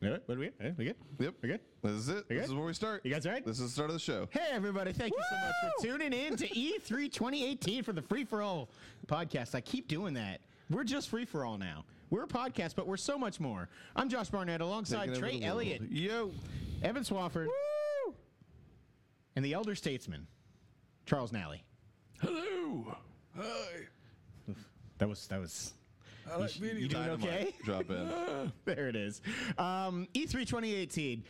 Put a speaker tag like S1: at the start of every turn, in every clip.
S1: No, what are we? eh, We good?
S2: Yep.
S1: We good?
S2: This is it. This
S1: good?
S2: is where we start.
S1: You guys all right?
S2: This is the start of the show.
S1: Hey, everybody. Thank you so much for tuning in to E E3 2018 for the Free For All podcast. I keep doing that. We're just Free For All now. We're a podcast, but we're so much more. I'm Josh Barnett alongside
S2: Taking over
S1: Trey
S2: the world.
S1: Elliott,
S2: Yo.
S1: Evan Swafford, and the elder statesman, Charles Nally.
S3: Hello. Hi.
S1: That was, that was,
S3: I like
S1: you doing
S2: Dynamite.
S1: okay?
S2: Drop in.
S1: There it is. Um, E3 2018.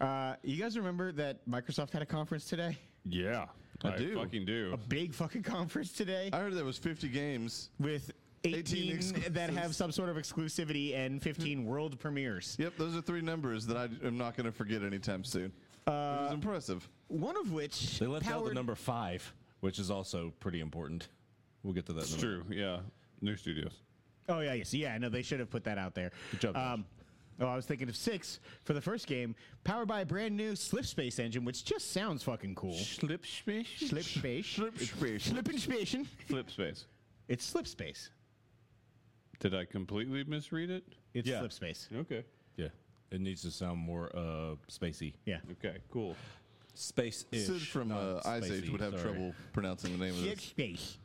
S1: Uh, you guys remember that Microsoft had a conference today?
S3: Yeah. I,
S2: do.
S3: fucking do.
S1: Big fucking conference today
S2: I heard there was 50 games.
S1: with 18,
S2: 18
S1: that have
S2: Uh, exclusives.
S1: some sort of exclusivity and 15 world premieres.
S2: Yep, those are three numbers that I am not going to forget anytime soon. Uh, which is impressive.
S1: One of which
S4: They left out
S1: powered-
S4: the number five, which is also pretty important. We'll get to that. in a
S3: It's
S4: minute.
S3: true. Yeah. New studios.
S1: Oh yeah, yes, yeah. No, they should have put that out there. Good
S4: job, Josh.
S1: Oh, I was thinking of six for the first game, powered by a brand new Slip Space engine, which just sounds fucking cool.
S3: Slip space.
S1: Slip Space, Slip
S2: Space.
S1: Space.
S3: Flip space.
S1: It's Slip Space.
S3: Did I completely misread it?
S1: It's
S4: Yeah.
S1: Slip Space.
S3: Okay.
S4: Yeah, it needs to sound more uh, spacey.
S1: Yeah.
S3: Okay. Cool.
S4: Space ish.
S2: Sid from uh, Ice Age would have trouble pronouncing the name of
S1: Slip
S2: this.
S1: Space.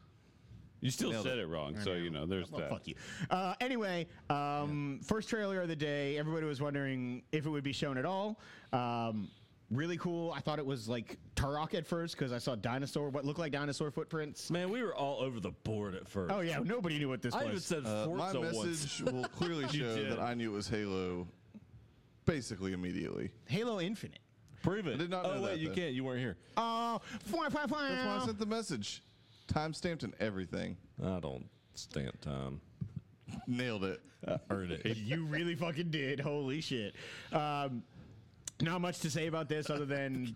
S3: You still
S2: Nailed
S3: said
S2: it.
S3: it, wrong, so you know there's
S1: Well,
S3: that.
S1: fuck you. Uh, anyway, um, first trailer of the day. Everybody was wondering if it would be shown at all. Um, really cool. I thought it was like Turok at first because I saw dinosaur, what looked like dinosaur footprints.
S4: Man, we were all over the board at first.
S1: Oh yeah, nobody knew what this
S4: I even
S1: was.
S4: said
S2: Uh, my
S4: Forza once.
S2: message will clearly show
S3: did.
S2: that I knew it was Halo basically immediately.
S1: Halo Infinite.
S4: Prove it.
S2: I did not
S4: oh
S2: know
S4: wait,
S2: that,
S4: you
S2: though.
S4: can't. You weren't here.
S1: Oh, fwah, fwah, fwah.
S2: That's why I sent the message. Time stamped and everything.
S4: I don't stand time.
S2: Nailed it.
S4: Earn it.
S1: you really fucking did. Holy shit. Um, not much to say about this other than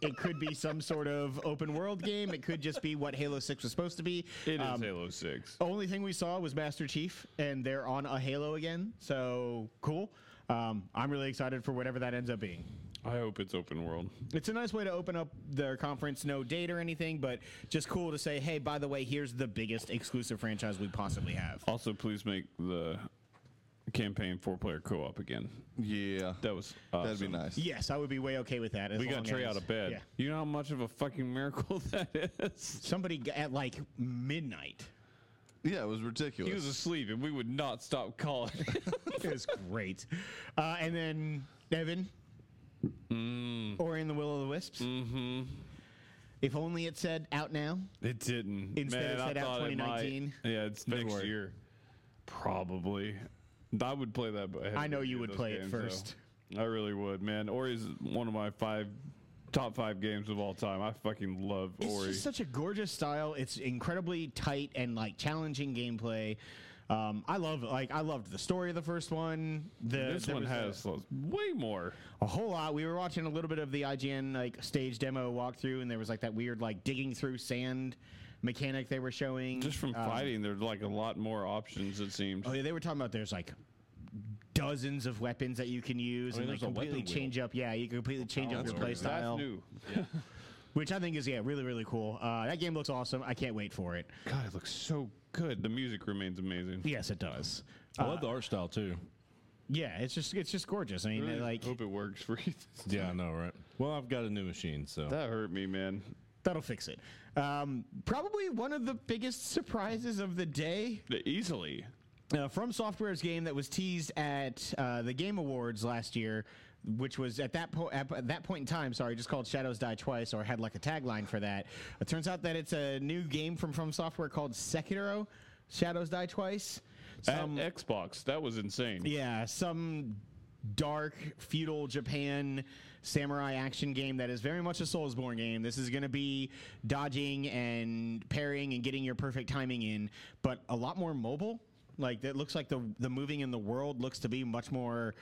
S1: it could be some sort of open world game. It could just be what Halo 6 was supposed to be.
S3: It is
S1: Um,
S3: Halo Six.
S1: Only thing we saw was Master Chief, and they're on a Halo again. So cool. Um, I'm really excited for whatever that ends up being.
S3: I hope it's open world.
S1: It's a nice way to open up their conference. No date or anything, but just cool to say, hey, by the way, here's the biggest exclusive franchise we possibly have.
S3: Also, please make the campaign four-player co-op again.
S2: Yeah.
S3: That was
S2: That'd be
S3: awesome.
S2: nice.
S1: Yes, I would be way okay with that. as
S3: We got
S1: long
S3: Trey
S1: as-
S3: out of bed.
S1: Yeah.
S3: You know how much of a fucking miracle that is.
S1: Somebody g- at like midnight.
S2: Yeah, it was ridiculous.
S3: He was asleep, and we would not stop calling.
S1: it was great. Uh, and then Evan,
S3: Mm.
S1: or in the Will o' the Wisps. Mm-hmm. If only it said out now.
S3: It didn't.
S1: Instead, it said out
S3: thought it might.
S1: 2019.
S3: Yeah, it's next
S1: February.
S3: year. Probably. I would play that. but
S1: I know you
S3: haven't
S1: would
S3: played
S1: play it
S3: those
S1: first.
S3: though. I really would, man. Ori's one of my five top five games of all time. I fucking love
S1: It's
S3: Ori.
S1: just such a gorgeous style. It's incredibly tight and like challenging gameplay. Um, I love like I loved the story of the first one. The
S3: this
S1: there
S3: one
S1: was a-
S3: has way more.
S1: a whole lot. We were watching a little bit of the IGN like stage demo walkthrough, and there was like that weird like digging through sand mechanic they were showing.
S3: Just from
S1: Um,
S3: fighting, there's like a lot more options. It seems.
S1: Oh yeah, they were talking about there's like dozens of weapons that you can use,
S3: Oh,
S4: mean,
S1: and like
S4: there's a
S1: completely
S4: weapon
S1: change up. Yeah, you can completely change up your play
S3: That's
S1: style,
S3: new.
S1: which I think is yeah really really cool. Uh, that game looks awesome. I can't wait for it.
S3: God, it looks so good. The music remains amazing.
S1: Yes, it does.
S4: I love the art style too.
S1: Yeah, it's just it's just gorgeous. I mean,
S3: I
S1: like
S3: hope it works for you.
S4: Yeah, I know, right? Well, I've got a new machine, so
S3: that hurt me, man.
S1: that'll fix it. Um, probably one of the biggest surprises of the day
S3: Easily.
S1: uh, from Software's game that was teased at uh, the Game Awards last year, which was at that po- at, at that point in time, sorry, just called Shadows Die Twice, or had like a tagline for that. It turns out that it's a new game from From Software called Sekiro: Shadows Die Twice. Some,
S3: At Xbox, that was insane.
S1: yeah, some dark feudal Japan samurai action game that is very much a Soulsborne game. This is going to be dodging and parrying and getting your perfect timing in, but a lot more mobile. Like that looks like the the moving in the world looks to be much more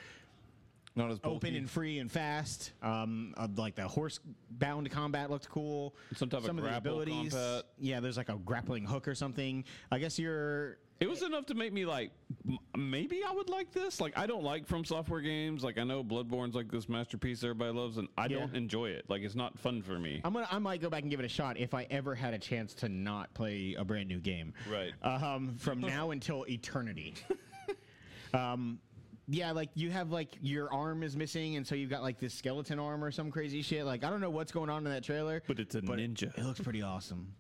S2: Not as
S3: Oh,
S2: bulky.
S1: open and free and fast. Um, uh, like the horse-bound combat looked cool.
S3: Some type of
S1: Some of the
S3: grapple
S1: abilities.
S3: combat.
S1: Yeah, there's like a grappling hook or something. I guess you're
S3: It was enough to make me like, m- maybe I would like this. Like, I don't like from software games. Like, I know Bloodborne's like this masterpiece everybody loves, and I
S1: Yeah. Oh,
S3: don't enjoy it. Like, it's not fun for me.
S1: I'm gonna. I might go back and give it a shot if I ever had a chance to not play a brand new game.
S3: Right.
S1: Um, from now until eternity. um, yeah, like you have like your arm is missing, and so you've got like this skeleton arm or some crazy shit. Like I don't know what's going on in that trailer,
S3: But it's a
S1: it-
S3: ninja.
S1: It, looks pretty awesome.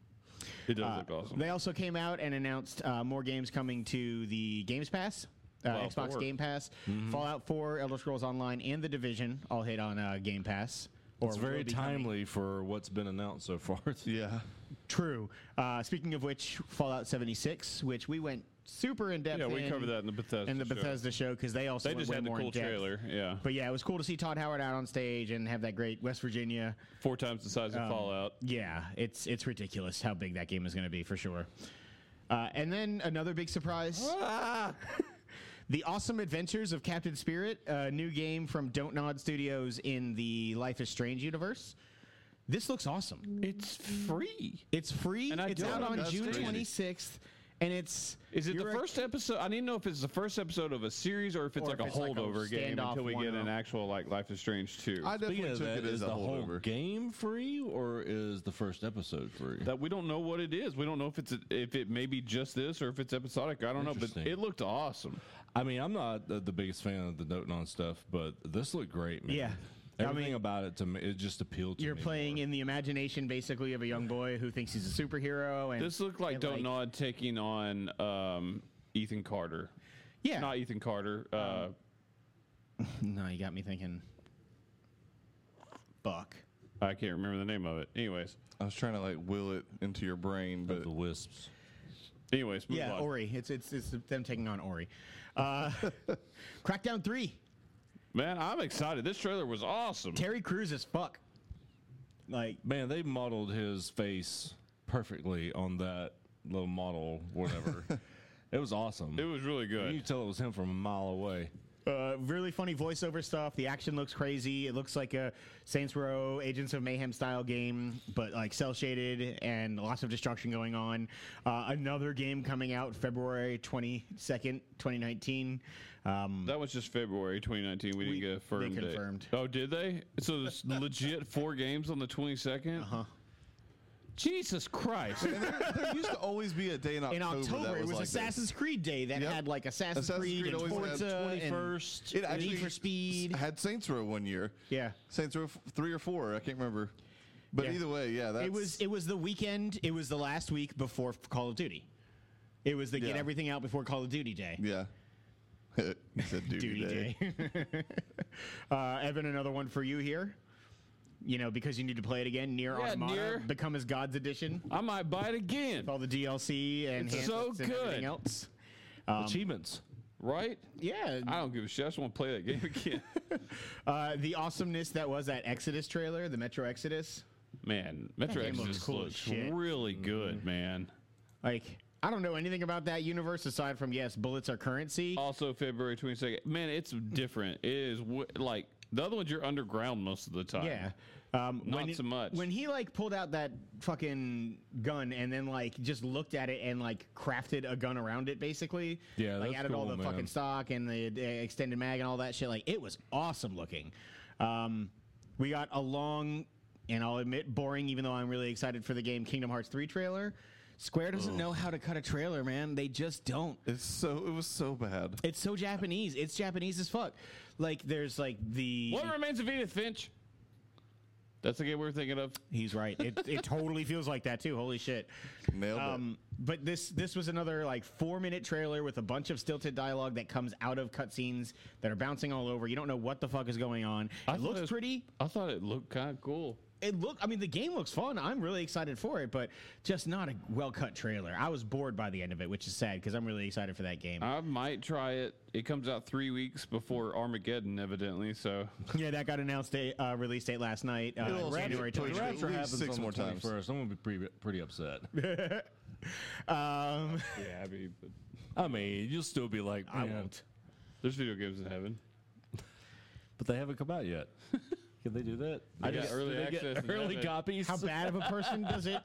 S3: It does
S1: Uh,
S3: look awesome.
S1: They also came out and announced uh, more games coming to the Games Pass. Uh,
S3: Fallout
S1: Xbox
S3: 4.
S1: Game Pass,
S3: Mm-hmm.
S1: Fallout 4, Elder Scrolls Online, and The Division all hit on uh, Game Pass. Or
S4: It's
S1: will
S4: very
S1: be coming.
S4: timely for what's been announced so far.
S2: Yeah.
S1: True. Uh, speaking of which, Fallout 76, which we went super in depth.
S3: Yeah, we
S1: in,
S3: covered that in the Bethesda
S1: in the
S3: show.
S1: Bethesda show because they also
S3: They
S1: went
S3: just
S1: way
S3: had the
S1: more in
S3: cool
S1: depth.
S3: trailer. Yeah.
S1: But yeah, it was cool to see Todd Howard out on stage and have that great West Virginia.
S3: Four times the size of
S1: um,
S3: Fallout.
S1: Yeah, it's it's ridiculous how big that game is going to be for sure. Uh, and then another big surprise. Ah! The Awesome Adventures of Captain Spirit, a new game from Don't Nod Studios in the Life is Strange universe. This looks awesome.
S3: It's free.
S1: It's free.
S3: And I
S1: it's
S3: don't-
S1: out on
S2: That's
S1: June
S2: crazy.
S1: 26th, and it's
S3: Is it the
S1: you're a-
S3: first episode? I need to know if it's the first episode of a series or if it's
S1: Or
S3: like
S1: if
S3: a
S1: it's like a
S3: holdover game
S1: standoff
S3: until we get an
S1: one-off.
S3: actual like Life is Strange two.
S2: I
S4: Speaking
S2: definitely
S4: of
S2: took
S4: that,
S2: it as
S4: is
S2: a
S4: the whole
S2: holdover.
S4: game free or is the first episode free?
S3: that we don't know what it is. We don't know if it's if it may be just this or if it's episodic. I don't know, but
S4: Interesting.
S3: it looked awesome.
S4: I mean, I'm not the, the biggest fan of the Note Non stuff, but this looked great, man.
S1: Yeah. I
S4: Everything
S1: mean-
S4: about it to me, it just appealed to
S1: You're
S4: me.
S1: playing in the imagination, basically, of a young boy who thinks he's a superhero. And
S3: This looked like
S1: and,
S3: Don't Nod taking on um, Ethan Carter.
S1: Yeah. Um,
S3: not Ethan Carter. uh,
S1: No, you got me thinking. Fuck.
S3: I can't remember the name of it. Anyways,
S2: I was trying to like will it into your brain,
S4: more.
S2: but
S4: the Wisps.
S3: anyways, move
S1: Yeah,
S3: on.
S1: Ori. It's it's it's them taking on Ori. Uh, Crackdown three.
S3: man, I'm excited. This trailer was awesome.
S1: Terry Crews is fuck. Like
S4: Man, they modeled his face perfectly on that little model, whatever. it was awesome.
S3: It was really
S4: you
S3: good.
S4: could tell it was him from a mile away.
S1: uh, really funny voiceover stuff. The action looks crazy. It looks like a Saints Row Agents of Mayhem style game, but like cell shaded and lots of destruction going on. Uh, another game coming out February twenty second, twenty nineteen. Um,
S3: That was just February 2019. We didn't
S1: We-
S3: get a
S1: they
S3: firm date.
S1: confirmed.
S3: Oh, did they? So there's legit four games on the 22nd. Uh huh.
S1: Uh-huh.
S3: Jesus Christ!
S2: there used to always be a day in October.
S1: in October,
S2: that was
S1: it was
S2: like
S1: Assassin's Creed Day that
S2: Yep.
S1: had like Assassin's,
S2: Assassin's
S1: Creed,
S2: Creed
S1: and
S2: always had
S1: Forza and
S4: 21st.
S2: It actually
S1: Need for Speed.
S2: s- had Saints Row one year.
S1: Yeah.
S2: Saints Row f- three or four. I can't remember. But
S1: Yeah.
S2: either way, yeah, that's
S1: It was it was the weekend. It was the last week before Call of Duty. It was the get
S2: Yeah.
S1: everything out before Call of Duty Day.
S2: yeah. You said duty,
S1: Duty
S2: day.
S1: Day. uh, Evan, another one for you here. You know, because you need to play it again. Near
S3: Yeah,
S1: Automata,
S3: Nier.
S1: Become as God's Edition,
S3: I might buy it again.
S1: with all the DLC and
S3: It's so
S1: handouts and
S3: good.
S1: everything else.
S2: Um,
S4: Achievements.
S3: Right?
S1: Yeah,
S3: I don't give a shit. I just want to play that game again.
S1: uh, the awesomeness that was that Exodus trailer, the Metro Exodus.
S3: man, Metro
S1: game looks
S3: Exodus
S1: cool as
S3: looks
S1: shit. Mm-hmm.
S3: really good, man.
S1: Like, I don't know anything about that universe aside from yes, bullets are currency.
S3: Also, February 22nd. Man, it's different. It is w- like the other ones, you're underground most of the time.
S1: Yeah. Um,
S3: Not
S1: when
S3: so much.
S1: When he like pulled out that fucking gun and then like just looked at it and like crafted a gun around it, basically.
S4: Yeah,
S1: like
S4: that's
S1: added all
S4: cool,
S1: the fucking
S4: man.
S1: stock and the uh, extended mag and all that shit. Like it was awesome looking. Um, we got a long and I'll admit boring, even though I'm really excited for the game Kingdom Hearts three trailer. Square doesn't know how to cut a trailer, man. They just don't.
S2: It's so it was so bad.
S1: It's so Japanese. It's Japanese as fuck. Like there's like the
S3: What remains of Edith Finch? That's the game we were thinking of.
S1: He's right. It, it totally feels like that too. Holy shit.
S2: Nailed it.
S1: Um, but this this was another like four minute trailer with a bunch of stilted dialogue that comes out of cutscenes that are bouncing all over. You don't know what the fuck is going on.
S3: I
S1: it
S3: thought
S1: looks
S3: it was-
S1: pretty.
S3: I thought it looked kind of cool.
S1: It look. I mean, the game looks fun. I'm really excited for it, but just not a well cut trailer. I was bored by the end of it, which is sad because I'm really excited for that game.
S3: I might try it. It comes out three weeks before Armageddon, evidently. So
S1: yeah, that got announced date, uh, release date last night, uh,
S2: It'll also
S1: January
S2: get pushed
S1: 20.
S2: at
S4: Rapture
S2: least
S4: happens
S2: six
S4: on
S2: more
S4: the
S2: times.
S4: 21st. I'm going to be pretty, pretty upset.
S1: Um,
S3: yeah, happy. But
S4: I mean, you'll still be like,
S1: I
S4: "Man,
S1: won't.
S3: there's video games in heaven.
S4: But they haven't come out yet. Can they do that?
S3: I
S4: They
S3: just-
S4: do
S3: early
S4: they get
S3: access is
S4: early
S3: that-
S4: copies.
S1: How bad of a person does it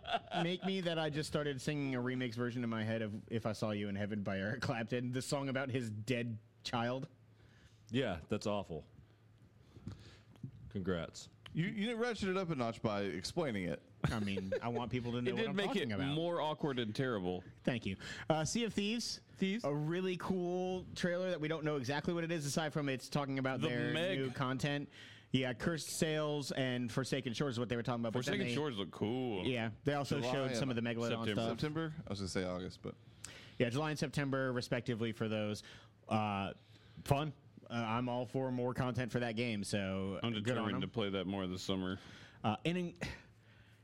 S1: make me that I just started singing a remix version in my head of "If I Saw You in Heaven" by Eric Clapton, the song about his dead child?
S4: Yeah, that's awful. Congrats.
S2: You you ratcheted up a notch by explaining it.
S1: I mean, I want people to know
S3: It
S1: what
S3: did
S1: I'm
S3: make
S1: talking
S3: it
S1: about.
S3: more awkward and terrible.
S1: Thank you. Uh, sea of Thieves.
S3: Thieves?
S1: A really cool trailer that we don't know exactly what it is, aside from it's talking about
S3: The
S1: their
S3: Meg.
S1: new content. Yeah, Cursed Sales and Forsaken Shores is what they were talking about. but then
S3: Forsaken
S1: they-
S3: Shores look cool.
S1: Yeah, they also
S2: July
S1: showed some of
S2: and
S1: the Megalodon
S3: September.
S1: stuff.
S2: September? I was going to say August, but
S1: Yeah, July and September, respectively, for those. Uh, fun. Uh, I'm all for more content for that game, so
S3: I'm
S1: good on 'em.
S3: determined to play that more this summer.
S1: Uh, and in,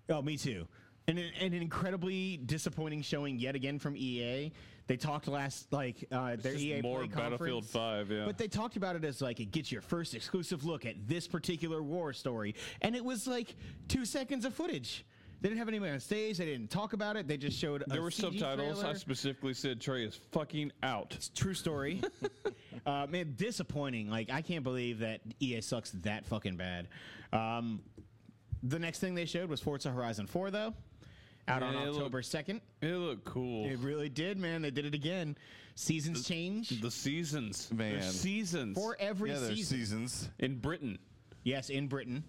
S1: oh, me too. And an, and an incredibly disappointing showing yet again from EA. They talked last like uh, their
S3: just
S1: EA
S3: more
S1: Play
S3: Battlefield
S1: conference,
S3: 5, yeah.
S1: But they talked about it as like it gets your first exclusive look at this particular war story, and it was like two seconds of footage. They didn't have anybody on stage. They didn't talk about it. They just showed.
S3: There
S1: a
S3: were
S1: CG
S3: subtitles. I
S1: trailer.
S3: specifically said Trey is fucking out.
S1: True story. uh, man, disappointing. Like, I can't believe that EA sucks that fucking bad. Um, the next thing they showed was Forza Horizon 4, though, out on
S3: Yeah, it
S1: October
S3: looked-
S1: 2nd.
S3: It looked cool.
S1: It really did, man. They did it again. Seasons change
S3: the seasons,
S2: Man.
S3: There's seasons
S1: for every
S2: yeah, there's
S1: season.
S2: seasons.
S3: in Britain.
S1: yes, in Britain.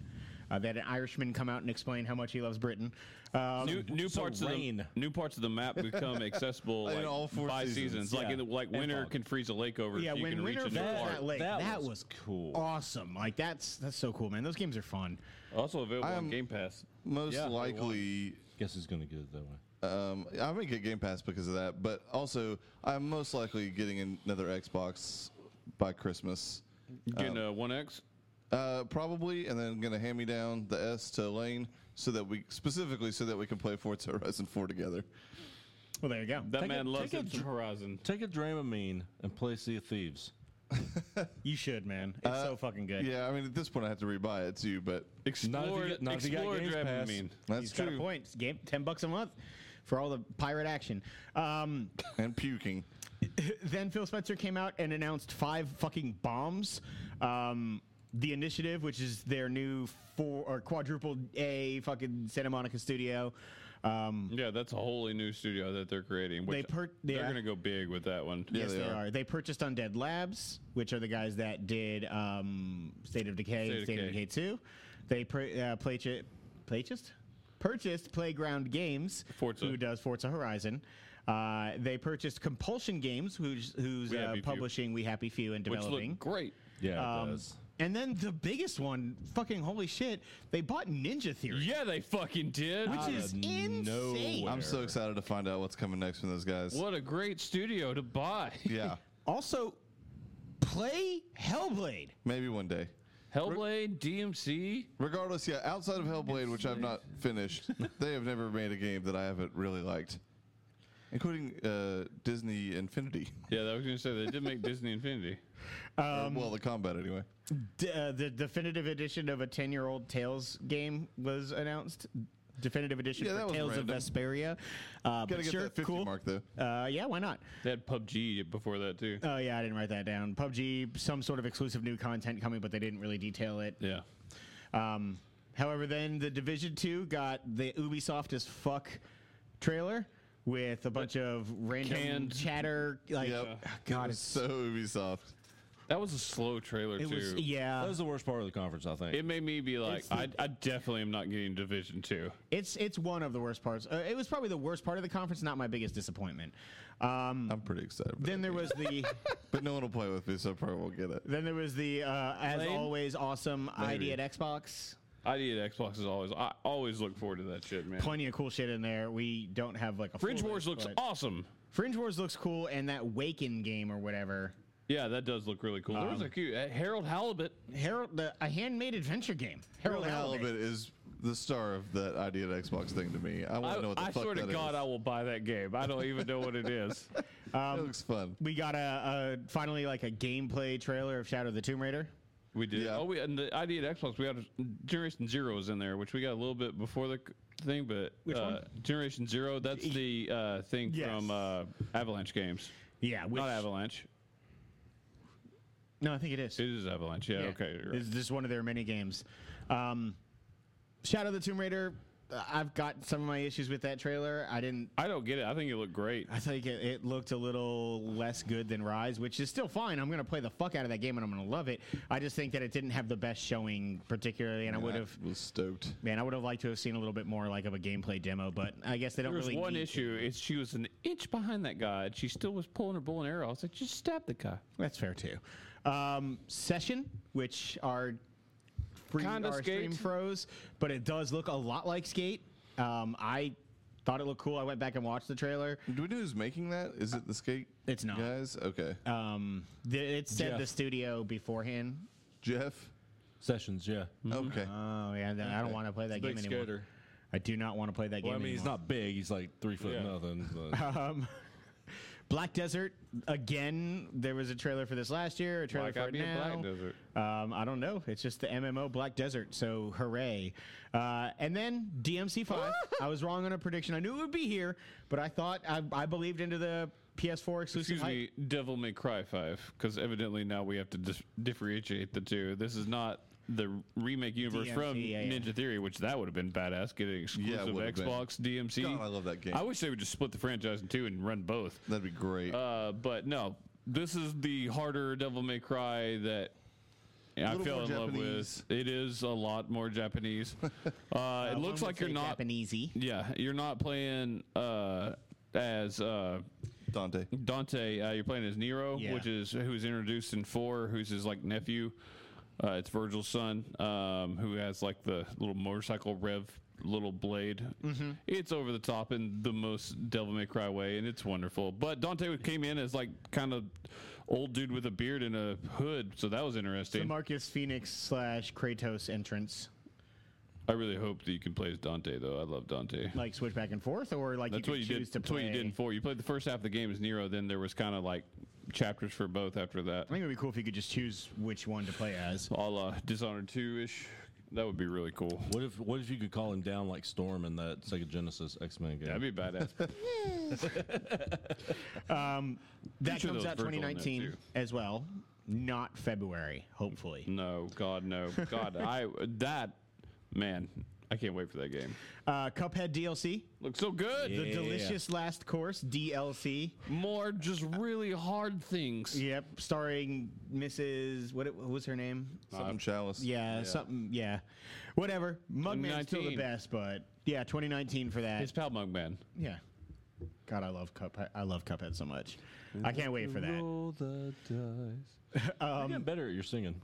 S1: Uh, they had an Irishman come out and explain how much he loves Britain. Um,
S3: New, new
S4: so
S3: parts
S4: rain.
S3: of the new parts of the map become accessible
S2: In
S3: like,
S2: all four
S3: by
S2: seasons,
S3: seasons. Like
S4: yeah.
S3: in the, like
S4: And
S3: winter
S4: fog.
S3: can freeze a lake over.
S1: yeah,
S3: if you
S1: when
S3: can
S1: winter
S3: reach
S1: fell
S3: a new part.
S1: that lake, that,
S4: That
S1: was,
S4: was cool.
S1: awesome. Like that's that's so cool, man. Those games are fun.
S3: Also available
S2: I
S3: on
S2: am-
S3: Game Pass.
S2: Most
S4: Yeah, they won.
S2: likely,
S4: Guess he's gonna get it that way.
S2: um, I may get Game Pass because of that, but also I'm most likely getting another Xbox by Christmas.
S3: Getting a One X.
S2: Uh, probably, and then going to hand me down the S to Lane so that we specifically so that we can play Forza Horizon 4 together.
S1: Well, there you go.
S3: That
S4: Take a-
S3: man loves
S4: take a
S3: it.
S4: dr-
S3: Horizon.
S4: Take a Dramamine and play Sea of Thieves.
S1: You should, man. It's
S3: Uh,
S1: so fucking good.
S2: Yeah, I mean at this point I have to rebuy it too, but
S4: Not if you
S3: Explore,
S4: get- not if you got
S3: explore
S4: Games Pass.
S3: Dramamine.
S2: that's
S1: He's
S2: true.
S1: got a point. It's Game, ten bucks a month for all the pirate action. Um,
S2: And puking.
S1: then Phil Spencer came out and announced five fucking bombs. Um, the Initiative, which is their new four or quadruple A fucking Santa Monica studio. Um,
S3: Yeah, that's a wholly new studio that they're creating. Which
S1: They per-
S3: they're
S1: yeah.
S3: going to go big with that one.
S1: yes,
S2: they
S1: they are.
S2: are.
S1: They purchased Undead Labs, which are the guys that did um, State of Decay
S3: State
S1: and
S3: of
S1: State of
S3: Decay.
S1: Decay 2. They pr- uh, plachi- purchased? purchased Playground Games,
S3: Forza.
S1: who does Forza Horizon. Uh, they purchased Compulsion Games, who's, who's
S3: We
S1: uh,
S3: Happy Few.
S1: publishing We Happy Few and
S3: Which
S1: developing.
S3: look great.
S4: Yeah, it
S1: Um,
S4: does.
S1: and then the biggest one, fucking holy shit, they bought Ninja Theory,
S3: Yeah, they fucking did.
S1: which is
S4: of
S1: insane.
S4: nowhere.
S2: I'm so excited to find out what's coming next from those guys.
S3: what a great studio to buy.
S2: Yeah,
S1: Also, play Hellblade.
S2: maybe one day.
S3: Hellblade, DMC.
S2: Regardless, yeah, outside of Hellblade, which I've not finished, they have never made a game that I haven't really liked, including uh, Disney Infinity.
S3: Yeah, that was going to say they did make Disney Infinity.
S1: Um,
S2: well, the combat anyway.
S1: D- uh, the definitive edition of a 10 year old Tales game was announced. Definitive edition
S2: Yeah, that
S1: for
S2: was
S1: Tales
S2: random.
S1: of Vesperia. Uh,
S2: Gotta
S1: but
S2: get
S1: sure,
S2: that 50
S1: cool.
S2: mark though.
S1: Uh, yeah, why not?
S3: They had PUBG before that too.
S1: Oh, yeah, I didn't write that down. PUBG, some sort of exclusive new content coming, but they didn't really detail it.
S3: Yeah.
S1: Um, however, then the Division Two got the Ubisoft as fuck trailer with a bunch of random
S3: Canned.
S1: chatter. Like,
S2: Yep.
S1: God, it's,
S2: So Ubisoft.
S3: That was a slow trailer
S1: it
S3: too.
S1: was
S2: e-
S1: yeah.
S4: that was the worst part of the conference, I think.
S3: It made me be like, I, I definitely am not getting Division Two.
S1: it's it's one of the worst parts. Uh, it was probably the worst part of the conference. Not my biggest disappointment. Um,
S2: I'm pretty excited. about
S1: then
S2: that
S1: there
S2: game.
S1: was the
S2: but no one will play with me, so I probably won't get it.
S1: then there was the uh, as
S3: Blade?
S1: always awesome
S2: Maybe.
S1: ID at Xbox.
S3: I did Xbox is always. I always look forward to that shit, man.
S1: Plenty of cool shit in there. We don't have like a full
S3: Fringe Wars
S1: list,
S3: looks
S1: but-
S3: awesome.
S1: Fringe Wars looks cool, and that Waken game or whatever.
S3: Yeah, that does look really cool.
S2: Um,
S3: there was a cute uh, Harold Halibut.
S1: Harold, the, a handmade adventure game.
S2: Harold Halibut is the star of that idea at Xbox thing to me. I want
S3: I,
S2: to know what the
S3: I
S2: fuck
S3: swear to
S2: that
S3: God,
S2: is.
S3: I will buy that game. I don't even know what it is.
S1: Um,
S2: that looks fun.
S1: We got a, a finally like a gameplay trailer of Shadow of the Tomb Raider.
S3: We did.
S2: Yeah.
S3: Oh, we and the ID at Xbox. We had Generation Zero was in there, which we got a little bit before the c- thing, but
S1: Which
S3: uh,
S1: one?
S3: Generation Zero. That's the uh, thing
S1: Yes.
S3: from uh, Avalanche Games.
S1: Yeah, which,
S3: Not Avalanche.
S1: No, I think it is.
S3: It is Avalanche. Yeah.
S1: Yeah.
S3: Okay. you're right.
S1: It's just one of their many games. Um, Shadow of the Tomb Raider I've got some of my issues with that trailer. I didn't.
S3: I don't get it. I think it looked great.
S1: I think it, it looked a little less good than Rise, which is still fine. I'm going to play the fuck out of that game and I'm going to love it. I just think that it didn't have the best showing, particularly, and I would have.
S2: was stoked.
S1: Man, I would have liked to have seen a little bit more like of a gameplay demo, but I guess they don't
S3: There was
S1: really.
S3: one
S1: need
S3: issue. Is she was an inch behind that guy. and She still was pulling her bow and arrow. I was like, just stab the guy.
S1: That's fair too. Um, Session, which are free
S3: Kinda
S1: our stream
S3: Skate.
S1: froze, but it does look a lot like Skate. Um, I thought it looked cool. I went back and watched the trailer.
S2: Do we know who's making that? Is it the skate?
S1: It's not.
S2: Guys, okay.
S4: Hmm.
S1: Um, th- it said the
S4: Jeff.
S1: studio beforehand.
S2: Jeff.
S4: Sessions, yeah.
S2: Okay.
S1: Oh yeah, then I don't want to play that game
S4: Big
S1: anymore.
S4: skater.
S1: I do not want to play that
S4: Well, I
S1: game
S4: mean, he's
S1: anymore.
S4: not big. He's like three foot
S3: Yeah.
S4: nothing. But
S1: Um, Black Desert again. There was a trailer for this last year. A trailer
S3: Why
S1: for
S3: gotta
S1: it
S3: be a
S1: now.
S3: Black Desert?
S1: Um, I don't know. It's just the MMO Black Desert. So hooray! Uh, and then DMC Five. I was wrong on a prediction. I knew it would be here, but I thought I, I believed into the PS4 exclusive.
S3: Excuse
S1: hype.
S3: me, Devil May Cry 5, because evidently now we have to dis- differentiate the two. This is not the remake universe
S1: DMC,
S3: from
S1: yeah, yeah.
S3: Ninja Theory, which that would have been badass, getting exclusive
S2: would've been.
S3: Xbox DMC.
S2: God, I love that game.
S3: I wish they would just split the franchise in two and run both.
S2: That'd be great.
S3: Uh, but no, this is the harder Devil May Cry that I
S2: little
S3: fell
S2: more
S3: in love with.
S2: Japanese.
S3: It is a lot more Japanese. Uh, it
S1: One
S3: looks
S1: would
S3: like you're
S1: say
S3: not.
S1: Japanesey.
S3: Yeah, you're not playing uh, as. Uh,
S2: Dante.
S3: Dante, uh, you're playing as Nero,
S1: Yeah.
S3: which is who's introduced in four, who's his like nephew. Uh, it's Virgil's son, um, who has like the little motorcycle rev little blade.
S1: Mm-hmm.
S3: It's over the top in the most Devil May Cry way, and it's wonderful. But Dante came in as like kind of old dude with a beard and a hood, so that was
S1: The
S3: interesting.
S1: Marcus Phoenix slash Kratos entrance,
S3: I really hope that you can play as Dante, though. I love Dante.
S1: like switch back and forth, or like
S3: That's
S1: you
S3: what
S1: could
S3: you
S1: choose
S3: did.
S1: to
S3: That's what
S1: play.
S3: you did in four. You played the first half of the game as Nero, then there was kind of like chapters for both after that.
S1: I think it'd be cool if you could just choose which one to play as.
S3: a la Dishonored 2 ish. That would be really cool.
S4: what if what if you could call him down like Storm in that Sega Genesis X Men game?
S3: That'd be badass.
S1: That
S3: Future
S1: comes
S3: those
S1: out
S3: Virgil net,
S1: 2019
S3: too.
S1: as well, not February, hopefully.
S3: no, God, no, God, I that man, I can't wait for that game.
S1: Uh, Cuphead DLC,
S3: Looks so good.
S1: the delicious last course DLC.
S3: More just really hard things.
S1: Yep, starring Mrs. What, it- what was her name?
S2: Something chalice.
S1: Yeah, something. Yeah, whatever. Mugman's still the
S3: 2019.
S1: best, but yeah, 2019 for that.
S3: His pal Mugman.
S1: yeah. God, I love Cuphead. I love Cuphead so much. I can't wait for that.
S3: Roll the dice.
S4: You're getting better at your singing.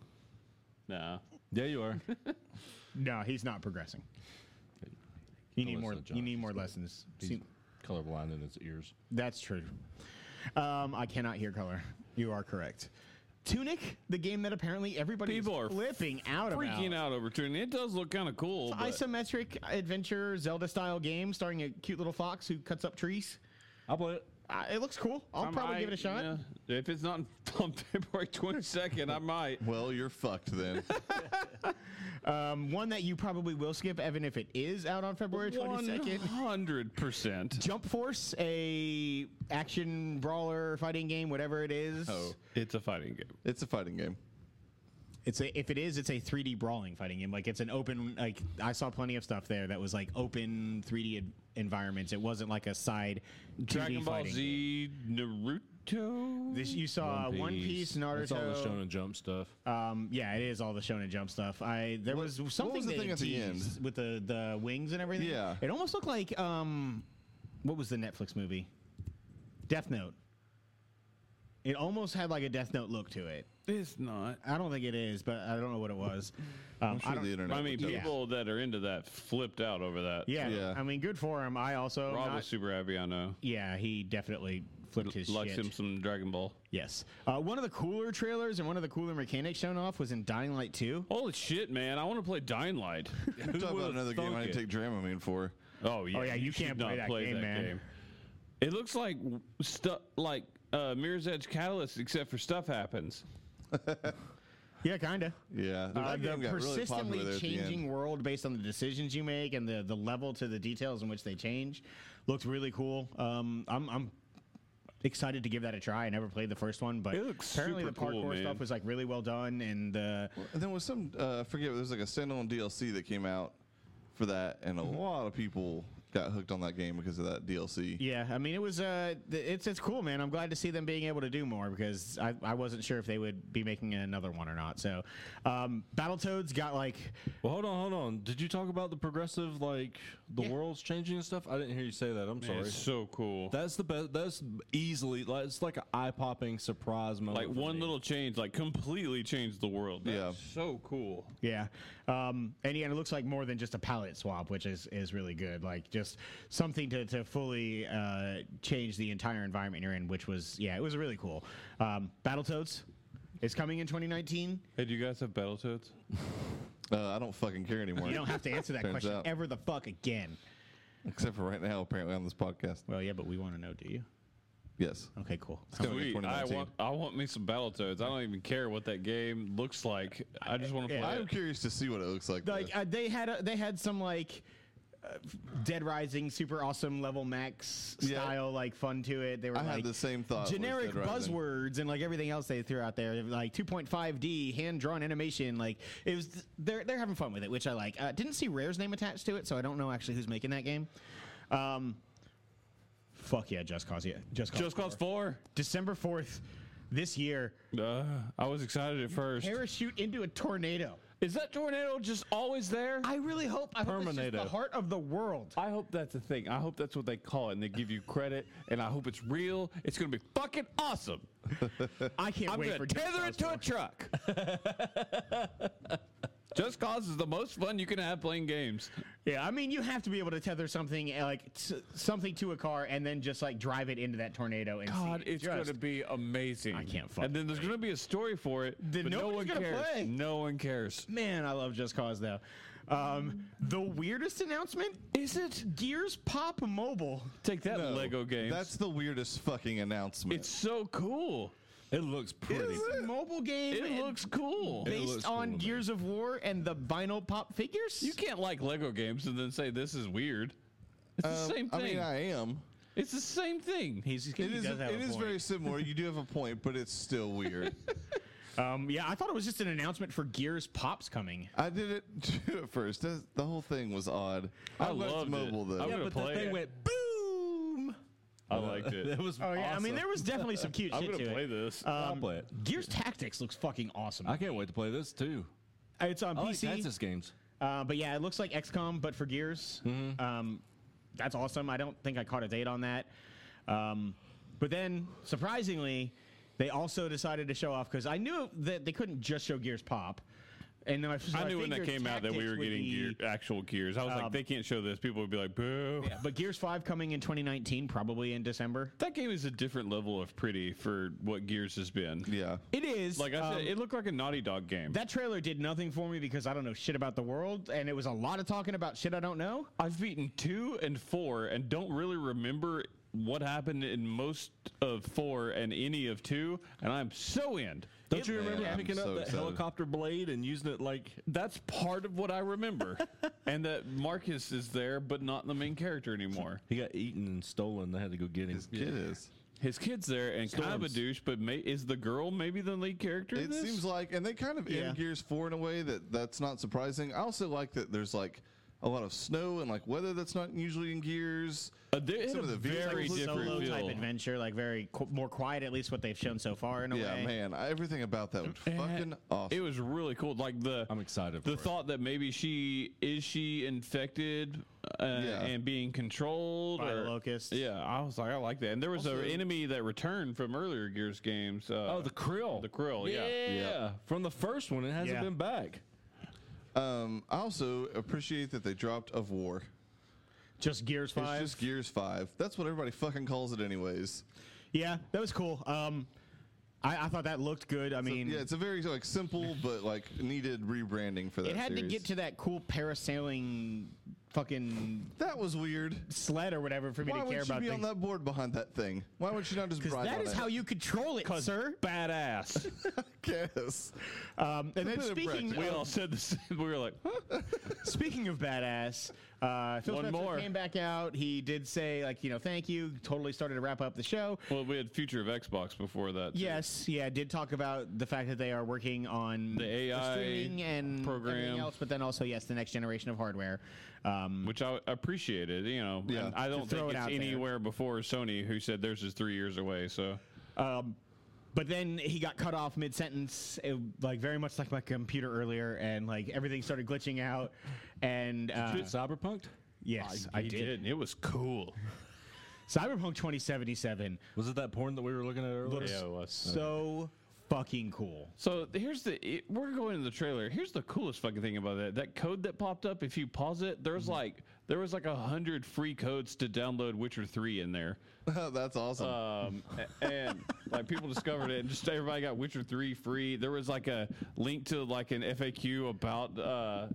S3: Nah.
S4: Yeah, you are.
S1: No, he's not progressing. You need
S4: listen
S1: more.
S4: to Josh.
S1: You need more lessons.
S4: He's
S1: See-
S4: colorblind in his ears.
S1: That's true. Um, I cannot hear color. You are correct. Tunic, the game that apparently everybody
S3: People
S1: is
S3: are
S1: flipping out
S3: Freaking
S1: about.
S3: out over tuning. It does look kind of cool. but
S1: Isometric adventure Zelda style game starring a cute little fox who cuts up trees.
S4: I'll play it.
S1: Uh, it looks cool. I'll
S3: I
S1: probably
S3: might,
S1: give it a shot.
S3: yeah. if it's not on February 22nd, I might.
S2: Well, you're fucked then.
S1: Um, one that you probably will skip, Evan, if it is out on February 22nd.
S3: 100%.
S1: Jump Force, a action brawler fighting game, whatever it is.
S2: oh,
S3: It's a fighting game.
S2: it's a fighting game.
S1: It's a, if it is, it's a 3D brawling fighting game. Like it's an open. Like I saw plenty of stuff there that was like open 3D en- environments. It wasn't like a side 2D
S3: Dragon Ball
S1: fighting game.
S3: Z, Naruto.
S1: This you saw Uh, One Piece,
S4: That's all the
S1: Naruto.
S4: Shonen Jump stuff.
S1: Um, yeah, it is all the Shonen Jump stuff. I there was something
S2: the
S1: that
S2: thing
S1: it
S2: at the end?
S1: teased with the the wings and everything.
S2: Yeah.
S1: it almost looked like um, what was the Netflix movie? Death Note. It almost had like a Death Note look to it.
S3: It's not.
S1: I don't think it is, but I don't know what it was. Um,
S2: I'm sure
S1: I don't-
S2: the internet.
S3: I mean,
S2: would tell you.
S1: Yeah.
S3: people that are into that flipped out over that.
S1: Yeah,
S2: Yeah.
S1: I mean, good for him. I also, am
S3: Rob
S1: not-
S3: was super happy, I know.
S1: yeah, he definitely flipped his
S3: Likes
S1: shit.
S3: him some Dragon Ball.
S1: Yes, uh, one of the cooler trailers and one of the cooler mechanics shown off was in Dying Light Two.
S3: Holy shit, man. I want to play Dying Light.
S2: We'll talk about
S4: would've
S2: another game
S4: thunk
S2: I didn't
S4: it?
S2: take Dramamine for.
S3: Oh, yeah.
S1: yeah, you
S3: should
S1: can't play
S3: not
S1: that game, man.
S3: It looks like stuff like uh, Mirror's Edge Catalyst, except for stuff happens.
S1: Yeah, kinda.
S2: Yeah,
S1: Uh,
S2: that
S1: the
S2: game got really
S1: persistently
S2: popular there at the end.
S1: changing world based on the decisions you make and the, the level to the details in which they change looked really cool. Um, I'm, I'm excited to give that a try. I never played the first one, but
S3: It looks
S1: apparently
S3: super
S1: the parkour
S3: cool, man.
S1: stuff was like really well done and the
S2: And then was some uh, I forget. There was like a standalone DLC that came out for that, and a
S1: Mm-hmm.
S2: lot of people got hooked on that game because of that DLC.
S1: Yeah, I mean it was uh, th- it's it's cool, man. I'm glad to see them being able to do more because I, I wasn't sure if they would be making another one or not. So, um, Battletoads got like
S4: Well, hold on, hold on. Did you talk about the progressive, like the
S1: Yeah.
S4: world's changing and stuff? I didn't hear you say that. I'm
S3: Man,
S4: sorry.
S3: it's so cool.
S4: that's the best. That's easily. Like, it's like an eye popping surprise moment.
S3: like
S4: for
S3: one
S4: me.
S3: little change, like completely changed the world. That's
S2: Yeah.
S3: so cool.
S1: yeah, um, and yeah, it looks like more than just a palette swap, which is is really good. Like just something to to fully uh, change the entire environment you're in, which was yeah, it was really cool. Um, Battletoads is coming in 2019.
S3: Hey, do you guys have Battletoads?
S2: Uh, I don't fucking care anymore.
S1: You don't have to answer that
S2: Turns
S1: question
S2: out.
S1: ever the fuck again.
S2: Except for right now, apparently on this podcast.
S1: Well, yeah, but we want to know, do you?
S2: Yes.
S1: Okay, cool.
S2: Coming in
S3: Sweet. I
S2: 2019.
S3: want, I want me some Battletoads. I don't even care what that game looks like. I just want to
S1: Yeah.
S3: play
S2: I'm
S3: it.
S2: curious to see what it looks like.
S1: like
S2: though.
S1: uh, they had a, they had some like uh, Dead Rising, super awesome level max
S2: Yeah.
S1: style, like fun to it. They were
S2: I
S1: like
S2: had the same thought. with
S1: generic
S2: Dead Rising.
S1: buzzwords and like everything else they threw out there, like 2.5D hand drawn animation. Like it was, they're they're having fun with it, which I like. Uh, didn't see Rare's name attached to it, so I don't know actually who's making that game. Um, fuck yeah, Just Cause yeah, Just Cause,
S3: Just Cause 4.
S1: December fourth this year.
S3: Uh, I was excited at first.
S1: Parachute into a tornado.
S3: Is that tornado just always there?
S1: I really hope I hope it's just the
S3: Terminator.
S1: heart of the world.
S3: I hope that's the thing. I hope that's what they call it, and they give you credit. And I hope it's real. It's gonna be fucking awesome.
S1: I can't
S3: I'm
S1: wait
S3: gonna
S1: for
S3: tether
S1: Just
S3: it
S1: Cause
S3: to a truck. Just Cause is the most fun you can have playing games.
S1: Yeah, I mean, you have to be able to tether something uh, like t- something to a car and then just like drive it into that tornado. And see
S3: God,
S1: it
S3: it's going to
S1: just-
S3: be amazing. I
S1: can't fucking
S3: And then there's going to be a story for it.
S1: Then
S3: but no one
S1: nobody's gonna
S3: cares.
S1: play.
S3: No one cares.
S1: man. I love Just Cause though. Um, the weirdest announcement is it Gears Pop Mobile.
S3: Take that
S2: No,
S3: Lego game.
S2: That's the weirdest fucking announcement.
S3: it's so cool.
S4: It looks pretty.
S1: It's a mobile game.
S3: It
S1: and
S3: looks cool.
S1: based
S4: looks
S1: on
S4: cool to me.
S1: Gears of War and the vinyl pop figures.
S3: you can't like Lego games and then say this is weird. It's
S2: Um,
S3: the same thing.
S2: I mean, I am.
S3: it's the same thing.
S1: He's,
S2: It is. It is very similar. You do have a point, but it's still weird.
S1: Um, yeah, I thought it was just an announcement for Gears Pops coming.
S2: I did it too at first. That's, the whole thing was odd.
S3: I
S2: I'm glad it's
S3: loved it.
S2: mobile though.
S3: I'm gonna
S4: but that
S3: play
S4: thing
S3: it.
S4: went boom.
S3: I liked it.
S4: That was.
S1: Oh yeah, I mean there was definitely some cute
S3: I'm
S1: shit
S3: going
S1: to
S3: to play
S1: it. Uh,
S3: this.
S4: I'll play it.
S1: Um, Gears Tactics looks fucking awesome. Uh,
S4: I can't wait to play this too.
S1: It's on
S4: I like
S1: PC.
S4: Texas games.
S1: Uh, but yeah, it looks like XCOM, but for Gears.
S3: Mm-hmm.
S1: Um, that's awesome. I don't think I caught a date on that. Um, but then, surprisingly, they also decided to show off because I knew that they couldn't just show Gears Pop. And then I, so
S3: I knew when that
S1: figured
S3: came out that we
S1: Tactics
S3: were
S1: would
S3: getting
S1: be-
S3: gear, actual gears. I was
S1: Um,
S3: like, they can't show this. People would be like, boo.
S1: Yeah, but Gears Five coming in 2019, probably in December.
S3: That game is a different level of pretty for what Gears has been.
S2: yeah.
S1: It is
S3: Like I said,
S1: um,
S3: it looked like a Naughty Dog game.
S1: that trailer did nothing for me because I don't know shit about the world, and it was a lot of talking about shit I don't know.
S3: I've beaten two and four and don't really remember what happened in most of four and any of two, and I'm so in.
S4: Don't you remember
S2: I'm
S4: picking up
S2: so
S4: that
S2: excited.
S4: helicopter blade and using it like?
S3: That's part of what I remember. and that Marcus is there, but not the main character anymore.
S4: He got eaten and stolen. They had to go get him.
S2: His kid is.
S3: His kid's there and kind of a
S4: Storms.
S3: douche, but may, is the girl maybe the lead character? in
S2: It
S3: this?
S2: seems like, and they kind of
S1: Yeah.
S2: end Gears Four in a way that that's not surprising. I also like that there's like a lot of snow and like weather that's not usually in Gears.
S3: Uh, they had
S2: Some
S3: a
S2: of the visuals
S3: very
S2: look
S3: different
S1: solo type
S3: feel.
S1: adventure, like very qu- more quiet, at least what they've shown so far. In a
S2: Yeah,
S1: way,
S2: man, I, everything about that was fucking awesome.
S3: It was really cool. Like the
S4: I'm excited
S3: The
S4: for it.
S3: thought that maybe she is she infected uh, and being controlled
S1: By
S3: or,
S1: locusts.
S3: Yeah, I was like, I like that. And there was an enemy that returned from earlier Gears games. Uh,
S4: Oh, the krill.
S3: the krill. Yeah.
S4: From the first one, it hasn't
S1: Yeah.
S4: been back.
S2: Um, I also appreciate that they dropped of war.
S1: Just Gears
S2: It's
S1: Five.
S2: just Gears Five. That's what everybody fucking calls it, anyways.
S1: yeah, that was cool. Um, I, I thought that looked good. I mean,
S2: yeah, it's a very like simple but like needed rebranding for that.
S1: it had to
S2: series.
S1: get to that cool parasailing fucking
S2: That was weird.
S1: sled or whatever for me
S2: Why
S1: to
S2: would
S1: care
S2: you
S1: about
S2: be on
S1: things.
S2: that board behind that thing? Why would you not just
S1: 'Cause
S2: ride
S1: that
S2: on
S1: is
S2: it?
S1: how you control it, sir.
S3: Badass.
S2: guess.
S1: Um, and then
S2: bit
S1: speaking
S2: impressive.
S3: We
S1: of-
S3: all said the same. We were like, huh?
S1: Speaking of badass, uh, Phil
S3: One
S1: Spencer
S3: more.
S1: came back out. He did say, like, you know, thank you. Totally started to wrap up the show.
S3: well, we had Future of Xbox before that. too.
S1: Yes, yeah, did talk about the fact that they are working on
S3: The AI
S1: streaming and
S3: program.
S1: everything else, but then also yes, the next generation of hardware. Um,
S3: Which I appreciated, you know.
S2: Yeah.
S3: and I don't
S1: Just throw
S3: think
S1: it
S3: it's
S1: out there.
S3: anywhere before Sony, who said theirs is three years away. So
S1: um, but then he got cut off mid sentence, like very much like my computer earlier, and like everything started glitching out. And uh,
S4: Cyberpunk?
S1: yes, I,
S3: He
S1: did.
S3: and It was cool.
S1: Cyberpunk 2077
S4: Was it that porn that we were looking at earlier?
S1: looks
S3: it was.
S1: so fucking cool.
S3: So here's the it- we're going to the trailer. Here's the coolest fucking thing about that. That code that popped up. If you pause it, there's like there was like a hundred free codes to download Witcher Three in there.
S2: That's awesome.
S1: Uh,
S3: Um, a- and like people discovered it, and just everybody got Witcher Three free. There was like a link to like an FAQ about uh,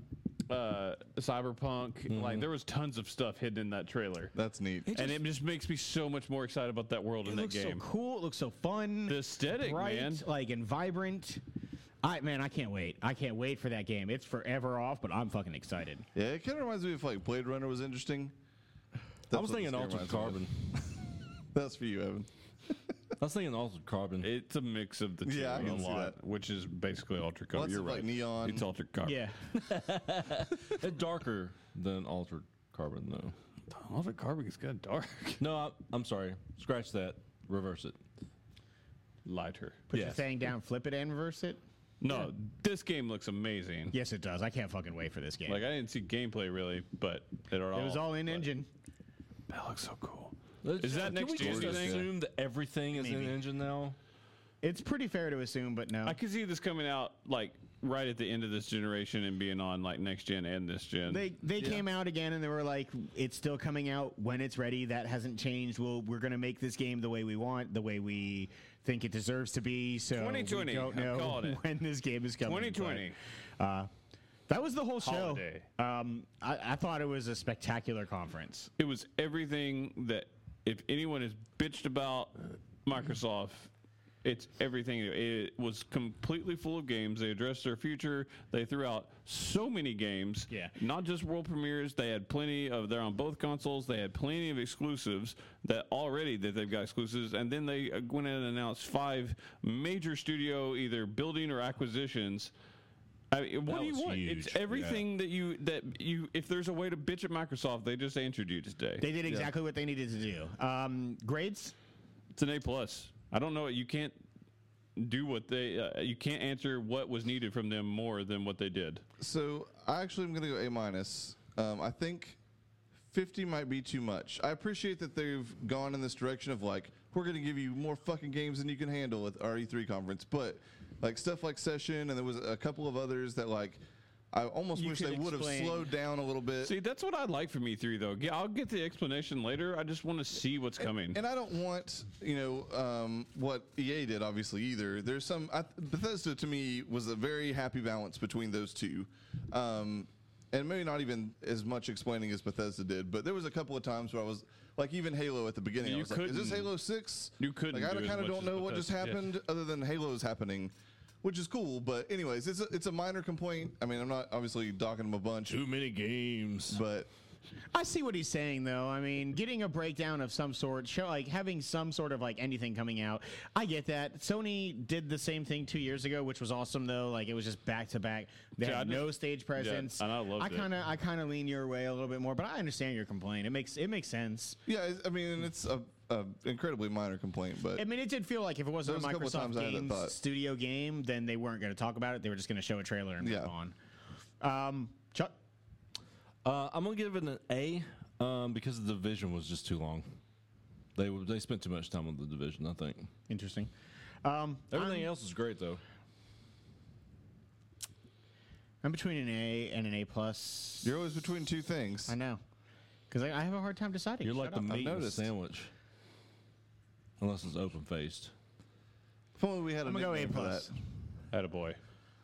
S3: uh, Cyberpunk. Like there was tons of stuff hidden in that trailer,
S2: That's neat.
S3: and it just makes me so much more excited about that world
S1: It
S3: and that
S1: looks
S3: game.
S1: so cool. It looks so fun.
S3: The aesthetic,
S1: bright,
S3: man.
S1: like and vibrant. I man, I can't wait. I can't wait for that game. It's forever off, but I'm fucking excited.
S2: Yeah, it kind of reminds me of like Blade Runner was interesting.
S4: I
S2: That's
S4: was
S2: what
S4: thinking
S2: this game reminds
S4: Altered
S2: me of.
S4: Carbon.
S2: That's for you, Evan.
S4: I was thinking Altered Carbon.
S3: It's a mix of the two
S2: Yeah, I
S3: a
S2: can see
S3: lot,
S2: that.
S3: which is basically Alter Carbon.
S2: Lots
S3: You're
S2: of,
S3: right.
S2: like, neon.
S3: It's Alter Carbon.
S1: Yeah,
S4: it's darker than Altered Carbon, though.
S3: Alter Carbon is kind of dark.
S4: No, I, I'm sorry. Scratch that. Reverse it.
S3: Lighter.
S1: put your
S4: Yes.
S1: thing down, flip it, and reverse it.
S3: No, this game looks amazing.
S1: Yes, it does. I can't fucking wait for this game.
S3: Like oh, I didn't see gameplay really, but it,
S1: it was all in
S3: but-
S1: engine.
S3: That looks so cool.
S4: Let's-
S3: Is that
S4: can
S3: next
S4: we
S3: gen
S4: just
S3: thing?
S4: assume that everything is an
S1: Maybe.
S4: engine now?
S1: It's pretty fair to assume, but no,
S3: I could see this coming out like right at the end of this generation and being on like next gen and this gen.
S1: they they came out again and they were like, it's still coming out when it's ready. That hasn't changed. Well, we're gonna make this game the way we want, the way we think it deserves to be. So we
S3: 2020,
S1: don't
S3: I'm
S1: know
S3: calling it.
S1: when this game is coming. but,
S3: 2020.
S1: uh, that was the whole show.
S3: Holiday.
S1: Um, I, I thought it was a spectacular conference.
S3: it was everything that if anyone has bitched about Microsoft, it's everything. It was completely full of games. They addressed their future. They threw out so many games.
S1: Yeah.
S3: Not just world premieres. They had plenty of. They're on both consoles. They had plenty of exclusives that already that they've got exclusives. And then they uh, went in and announced five major studio either building or acquisitions. I mean, what
S4: That
S3: do you
S4: was
S3: want?
S4: huge.
S3: It's
S4: Yeah.
S3: everything that you that you. If there's a way to bitch at Microsoft, they just answered you today.
S1: They did exactly what they needed to do. Um, grades?
S3: It's an A plus. I don't know. You can't do what they. Uh, you can't answer what was needed from them more than what they did.
S2: So I actually am going to go A minus. Um, I think 50 might be too much. I appreciate that they've gone in this direction of like we're going to give you more fucking games than you can handle at our E3 conference, but like stuff like Session and there was a couple of others that like I almost
S1: You
S2: wish
S1: could
S2: they would have
S1: explain.
S2: slowed down a little bit.
S3: See, that's what I like from E3 though. Yeah, I'll get the explanation later. I just want to see what's coming.
S2: And I don't want you know um, what EA did obviously either. There's some I, Bethesda to me was a very happy balance between those two, um, and maybe not even as much explaining as Bethesda did. But there was a couple of times where I was like, even Halo at the beginning,
S3: You
S2: I was like, is this
S3: couldn't-
S2: Halo Six?
S3: you couldn't
S2: Like I
S3: do as
S2: kind of
S3: much
S2: don't
S3: as
S2: know what just
S3: Bethesda, yeah.
S2: happened other than Halo's happening. Which is cool, but anyways, it's a, it's a minor complaint. I mean, I'm not obviously docking them a bunch,
S4: many games.
S2: but
S1: I see what he's saying though. I mean, getting a breakdown of some sort, show like having some sort of like anything coming out. I get that. Sony did the same thing two years ago, which was awesome though. Like it was just back to back. They
S3: Yeah, I
S1: had
S3: just-
S1: no stage presence.
S3: and I loved
S1: I
S3: it.
S1: kind of I kind of lean your way a little bit more, but I understand your complaint. It makes it makes sense.
S2: yeah, it's- I mean, it's a, a incredibly minor complaint, but
S1: I mean, it did feel like if it wasn't a
S2: There was a couple
S1: Microsoft
S2: times I had that
S1: Games
S2: thought.
S1: Studio game, then they weren't going to talk about it. They were just going to show a trailer and
S2: Yeah.
S1: move on. Um, Chuck,
S4: Uh, I'm gonna give it an A um, because the division was just too long. They were, they spent too much time on the division. I think
S1: interesting. Um,
S4: everything else is great though.
S1: I'm between an A and an A plus.
S2: You're always between two things.
S1: I know, because I, I have a hard time deciding.
S4: You're like
S1: Shut
S4: the
S1: up.
S4: meat in a
S2: noticed.
S4: sandwich, unless it's open faced.
S2: If only we had
S1: I'm
S2: a
S1: gonna go A
S2: nickname for
S1: plus.
S2: that.
S3: Attaboy.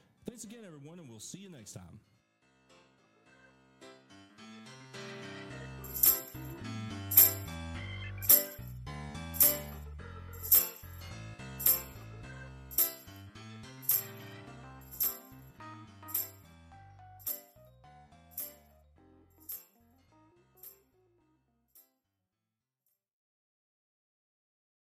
S5: Thanks again, everyone, and we'll see you next time.